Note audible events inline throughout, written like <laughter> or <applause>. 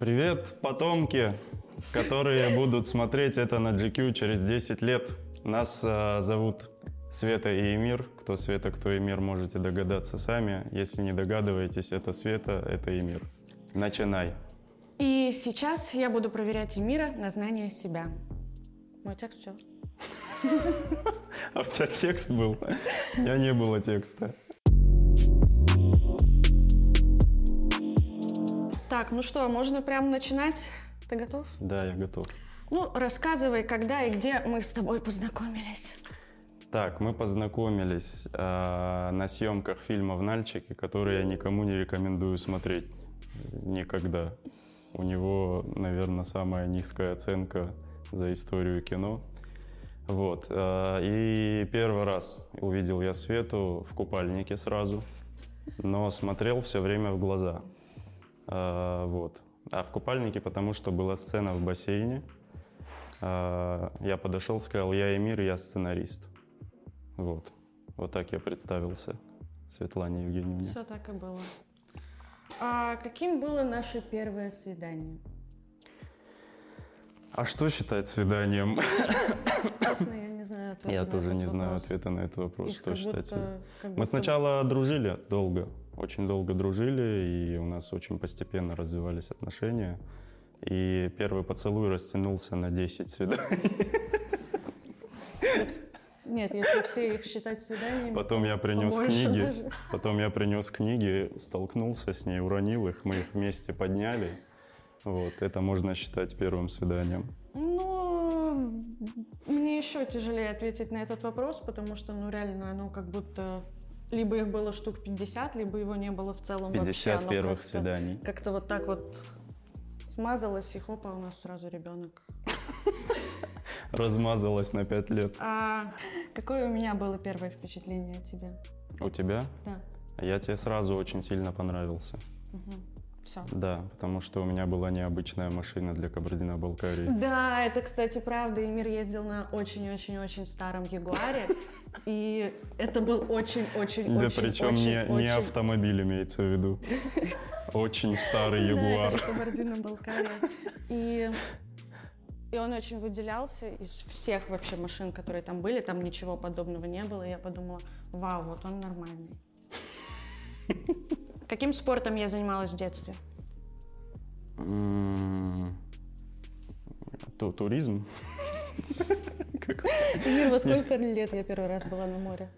Привет, потомки, которые будут смотреть это на GQ через 10 лет. Нас э, зовут Света и Эмир. Кто Света, кто Эмир, можете догадаться сами. Если не догадываетесь, это Света, это Эмир. Начинай. И сейчас я буду проверять Эмира на знание себя. Мой текст все. А у тебя текст был? У меня не было текста. Так, ну что, можно прям начинать? Ты готов? Да, я готов. Ну, рассказывай, когда и где мы с тобой познакомились. Так, мы познакомились э, на съемках фильма в Нальчике, который я никому не рекомендую смотреть э, никогда. У него, наверное, самая низкая оценка за историю кино. Вот. э, И первый раз увидел я Свету в купальнике сразу, но смотрел все время в глаза. Э, Вот. А в купальнике, потому что была сцена в бассейне. Э, Я подошел, сказал, я Эмир, я сценарист. Вот. Вот так я представился Светлане Евгеньевне. Все так и было. А каким было наше первое свидание? А что считать свиданием? Честно, я не знаю ответа. Я на тоже этот не знаю вопрос. ответа на этот вопрос, Их что как считать будто- свиданием. как Мы будто- сначала дружили долго, очень долго дружили, и у нас очень постепенно развивались отношения. И первый поцелуй растянулся на 10 Ну, свиданий. Нет, если все их считать <laughs> свиданиями, Потом я принес Побольше книги. даже. Потом я принес книги, столкнулся с ней, уронил их, мы их вместе подняли. Вот, это можно считать первым свиданием. Ну, мне еще тяжелее ответить на этот вопрос, потому что, ну, реально, оно как будто... Либо их было штук 50, либо его не было в целом Ну, вообще. 50 Оно первых как-то- свиданий. Как-то вот так вот смазалось, и хопа, у нас сразу ребенок. Размазалась на 5 лет. А какое у меня было первое впечатление о тебе? У тебя? Да. Я тебе сразу очень сильно понравился. Все. Да, потому что у меня была необычная машина для Кабардино-Балкарии. Да, это, кстати, правда. Эмир ездил на очень-очень-очень старом Ягуаре. И это был очень-очень-очень... Да причем не, не автомобиль имеется в <laughs> виду. Очень старый Да, это Ягуар. же Кабардино-Балкария. И... И он очень выделялся из всех вообще машин, которые там были. Там ничего подобного не было. И я подумала, вау, вот он нормальный. Каким спортом я занималась в детстве? М, ту- Туризм? Какой? Мир, во сколько лет я первый раз была на море?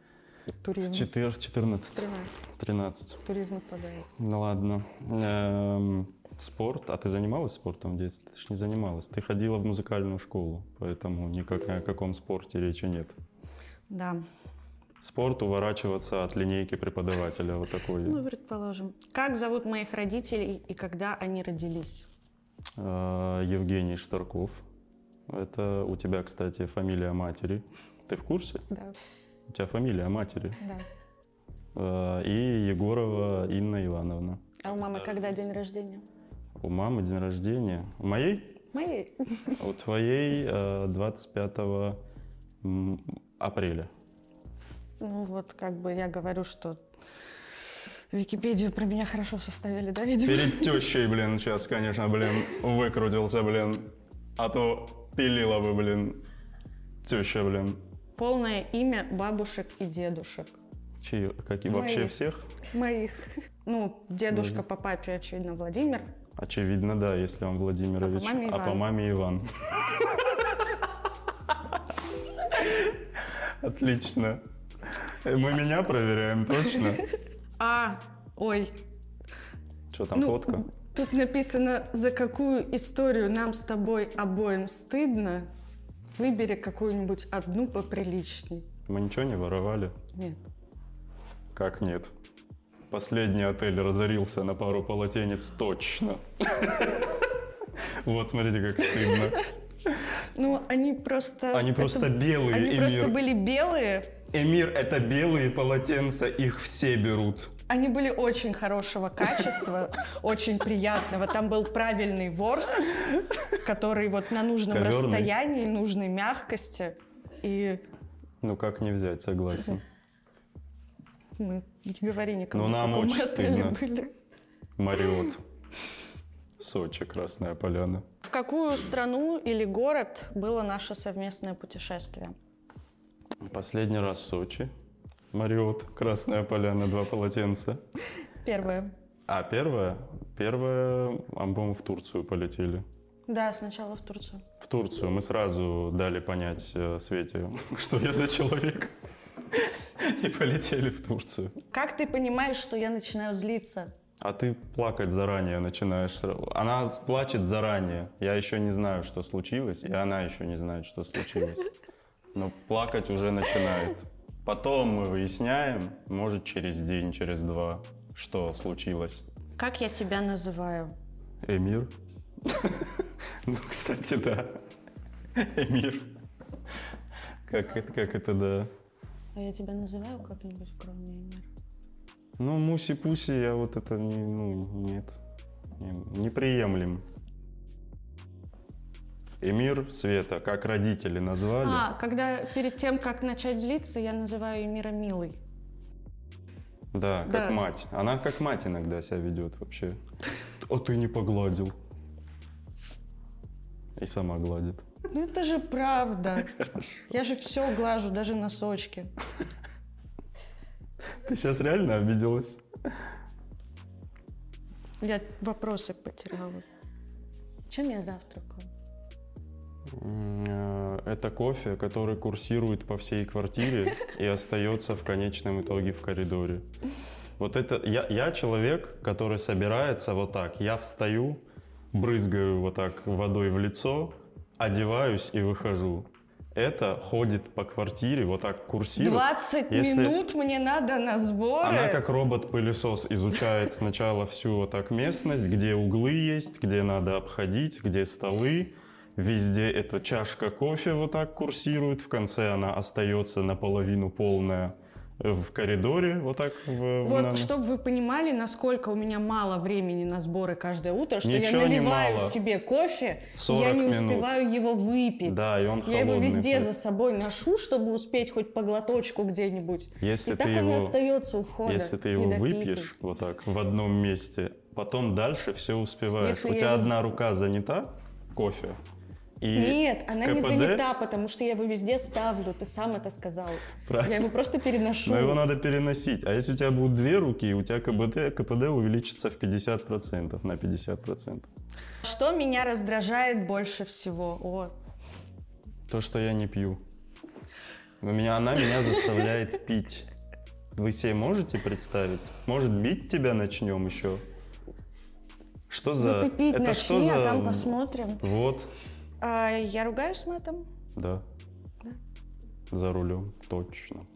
В Туризм. четыр- в 14. 13. 13. Туризм отпадает. Ну ладно. Эм, Спорт. А ты занималась спортом в детстве? Ты ж не занималась. Ты ходила в музыкальную школу, поэтому никак ни о каком спорте речи нет. Да. Спорт уворачиваться от линейки преподавателя. Вот такой. Ну, предположим. Как зовут моих родителей и когда они родились? А, Евгений Штарков. Это у тебя, кстати, фамилия матери. Ты в курсе? Да. У тебя фамилия матери. Да. А, И Егорова Инна Ивановна. А у мамы когда день рождения? У мамы день рождения. У моей? А Моей. У твоей э, 25 м, апреля. Ну вот, как бы я говорю, что Википедию про меня хорошо составили, да, видимо? Перед тещей, блин, сейчас, конечно, блин, выкрутился, блин. А то пилила бы, блин, теща, блин. Полное имя бабушек и дедушек. Чьи? Какие? Вообще Моих. всех? Моих. Ну, дедушка по папе, очевидно, Владимир. Очевидно, да, если он Владимирович. А по маме А по Иван. маме Иван. Отлично. Э, Мы меня проверяем, точно? А, ой, Что там, Ну, фотка? Тут написано, за какую историю нам с тобой обоим стыдно. Выбери какую-нибудь одну поприличней. Мы ничего не воровали? Нет. Как нет? Последний отель разорился на пару полотенец точно. Вот, смотрите, как стыдно. Ну, они просто... Они это- просто белые, Они просто Эмир. были белые. Эмир, это белые полотенца, их все берут. Они были очень <laughs> хорошего качества, очень приятного. Там был правильный ворс, который вот на нужном Ковёрный. расстоянии, нужной мягкости. И Ну как не взять, согласен. мы не говори никому. Ну, нам в каком очень отеле стыдно. были. Мариот. Сочи, Красная Поляна. В какую страну или город было наше совместное путешествие? Последний раз в Сочи. Мариот, Красная Поляна, два полотенца. Первое. А первое? Первое, а, по-моему, в Турцию полетели. Да, сначала в Турцию. В Турцию мы сразу дали понять э, Свете, <laughs> что я за человек. И полетели в Турцию. Как ты понимаешь, что я начинаю злиться? А ты плакать заранее начинаешь. сра- Она с- плачет заранее. Я еще не знаю, что случилось, и она еще не знает, что случилось. Но плакать уже начинает. Потом мы выясняем, может, через день, через два, что случилось. Как я тебя называю? Эмир? Ну, кстати, да. Эмир. Как это, как это, да. А я тебя называю как-нибудь, кроме Эмир? Ну, муси-пуси, я вот это не, ну, нет. Не- Неприемлем. Эмир Света, как родители назвали. А, когда перед тем, как начать злиться, я называю Эмира милой. Да, как да. мать. Она как мать иногда себя ведет вообще. А ты не погладил. И сама гладит. Ну это же правда. Я же все глажу, даже носочки. Ты сейчас реально обиделась? Я вопросы потеряла. Чем я завтракаю? М, э, Это кофе, который курсирует по всей квартире и остается в конечном итоге в коридоре. Вот это я, я человек, который собирается вот так. Я встаю, брызгаю вот так водой в лицо, одеваюсь и выхожу. Это ходит по квартире, вот так курсирует. 20 Если- минут мне надо на сборы. Она как робот-пылесос изучает сначала всю вот так местность, где углы есть, где надо обходить, где столы. Везде эта чашка кофе вот так курсирует, в конце она остается наполовину полная э, в коридоре, вот так в, в Вот, на- чтобы вы понимали, насколько у меня мало времени на сборы каждое утро, что Ничего я не наливаю мало. себе кофе, и 40 я не минут. успеваю его выпить. Да, и он я его холодный, везде поэтому- за собой ношу, чтобы успеть хоть по глоточку где-нибудь. Если и так ты он и его- остается у входа. Если ты его недопитый. выпьешь вот так в одном месте, потом дальше все успеваешь. Если У я тебя не- одна рука занята кофе. И Нет, она не КПД занята, потому что я его везде ставлю. Ты сам это сказал. Правильно. Я его просто переношу. Но его надо переносить. А если у тебя будут две руки, у тебя КБТ, КПД увеличится в 50%, на 50%. Что меня раздражает больше всего? Вот. То, что я не пью. У меня, она меня <laughs> заставляет пить. Вы себе можете представить? Может, бить тебя начнем еще? Что за... Ну ты пить Это что начни, а за- там посмотрим. Вот, А, я ругаюсь матом? да. За рулем, точно.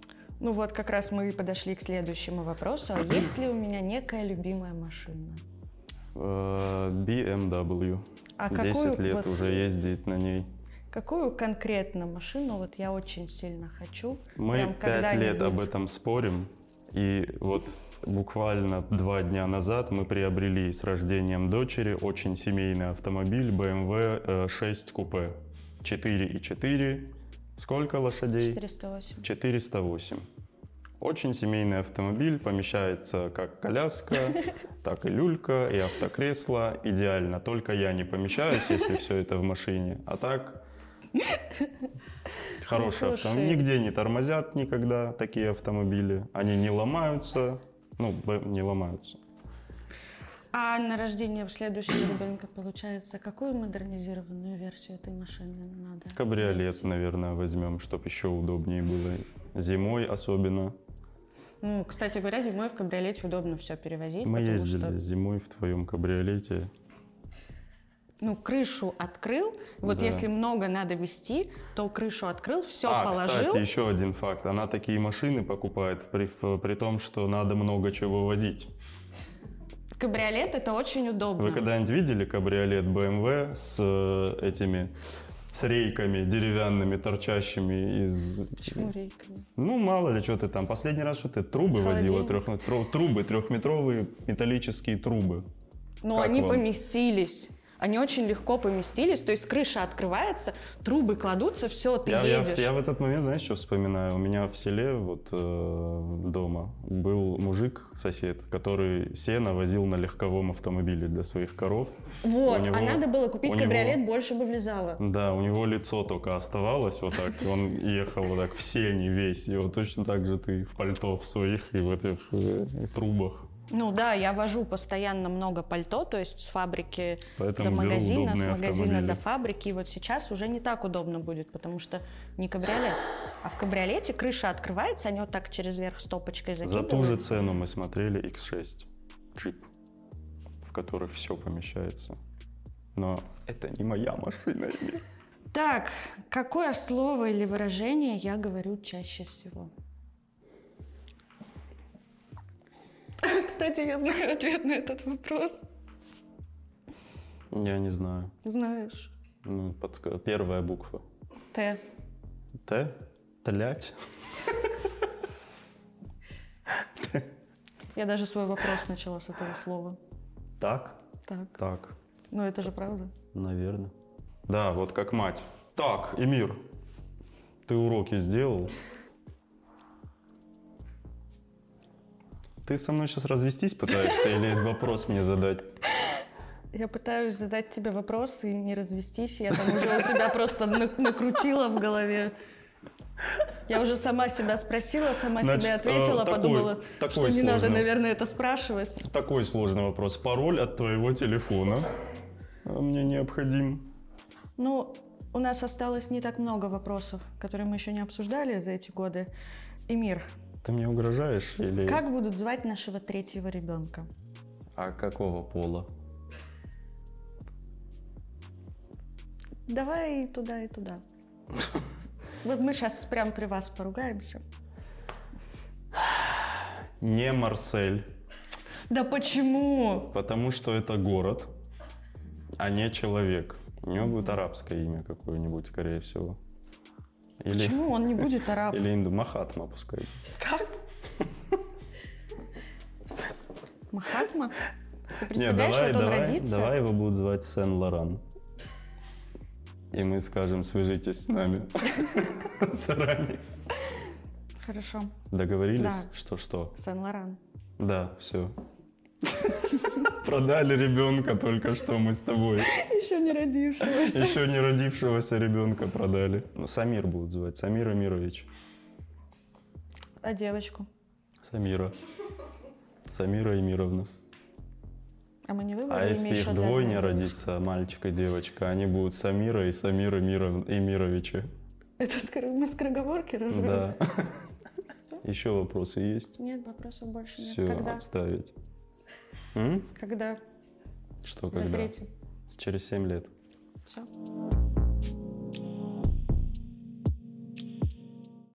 Ну вот, как раз мы и подошли к следующему вопросу. А есть ли у меня некая любимая машина? Э, BMW. А 10 лет вот- уже ездит на ней. Какую конкретно машину вот я очень сильно хочу? Мы прям пять лет об когда-нибудь? этом спорим, и вот буквально два дня назад мы приобрели с рождением дочери очень семейный автомобиль BMW э, 6 купе. 4,4. Сколько лошадей? 408. 408. Очень семейный автомобиль, помещается как <laughs> коляска, так и люлька, и автокресло. Идеально, только я не помещаюсь, если все это в машине. А <laughs> так, хороший Ну, автомобиль. слушай. Нигде не тормозят никогда такие автомобили. Они не ломаются, ну, б- не ломаются. А на рождение следующего ребенка, получается, какую модернизированную версию этой машины надо? Кабриолет, наверное, возьмем, чтобы еще удобнее было. Зимой особенно. Ну, кстати говоря, зимой в кабриолете удобно все перевозить. Мы потому ездили что, зимой в твоем кабриолете. ну, крышу открыл. Вот Да. если много надо вести, то крышу открыл, все а, положил. кстати, еще один факт. Она такие машины покупает при, ф- при том, что надо много чего возить. Кабриолет это очень удобно. Вы когда-нибудь видели кабриолет BMW с э, этими с рейками деревянными, торчащими из... Почему рейками? Ну, мало ли, что ты там. Последний раз, что ты трубы возила, Холодильник. трехметров- трубы, трехметровые металлические трубы. Но Как они вам? поместились. Они очень легко поместились, то есть крыша открывается, трубы кладутся, все, ты Я, я едешь. в, я в этот момент, знаешь, что вспоминаю? У меня в селе, вот э, дома, был мужик, сосед, который сено возил на легковом автомобиле для своих коров. Вот, у него- а надо было купить у него- кабриолет, больше бы влезало. Да, у него лицо только оставалось вот так, и он ехал вот так в сене весь, и вот точно так же ты в пальто в своих и в этих э, трубах. Ну да, я вожу постоянно много пальто, то есть с фабрики Поэтому до беру магазина, с удобные магазина автомобили. до фабрики. И вот сейчас уже не так удобно будет, потому что не кабриолет. А в кабриолете крыша открывается, они вот так через верх стопочкой За закидывают. ту же цену мы смотрели X6 джип, в который все помещается. Но это не моя машина, Эмир. Так, какое слово или выражение я говорю чаще всего? <laughs> Кстати, я знаю ответ на этот вопрос. Я не знаю. Знаешь. Ну, подска- Первая буква. Т. Т? Тлять? Я даже свой вопрос начала с этого слова. Так? Так. Так. Ну это же правда. Наверное. Да, вот как мать. Так, Эмир, ты уроки сделал? Ты со мной сейчас развестись пытаешься или вопрос мне задать? Я пытаюсь задать тебе вопрос и не развестись. Я там <laughs> уже у себя просто на- накрутила в голове. Я уже сама себя спросила, сама Значит, себе ответила, э, такой- подумала, такой что не надо, сложный. наверное, это спрашивать. Такой сложный вопрос. Пароль от твоего телефона а, мне необходим. Ну, у нас осталось не так много вопросов, которые мы еще не обсуждали за эти годы. Эмир, Ты мне угрожаешь или... как будут звать нашего третьего ребенка? А какого пола? Давай и туда, <laughs> и туда. Вот мы сейчас прямо при вас поругаемся. Не Марсель, Да почему? потому что это город, а не человек. У него будет арабское имя какое-нибудь, скорее всего. Или... Почему он не будет арабом? Или Инду Махатма, пускай. Как? Махатма? Ты Не, представляешь, вот он давай, родится? давай его будут звать Сен-Лоран. И мы скажем, свяжитесь с нами <laughs> заранее. Хорошо, Договорились? Да. Что-что? <laughs> Сен-Лоран. Да, все. <laughs> Продали ребенка только что мы с тобой. Еще не родившегося. Еще не родившегося ребенка продали. Ну, Самир будут звать. Самир Амирович. А девочку? Самира. Самира Эмировна. А мы не выбрали А имя если еще их для двойня одного? родится, мальчик и девочка, они будут Самира и Самир Эмиров- Эмировичи. Это скоро- мы скороговорки рожаем? Да. Еще вопросы есть? Нет, вопросов больше нет. Все, Ну, Когда? отставить. М? Когда? Что, За когда? третьим. Через 7 лет. Все.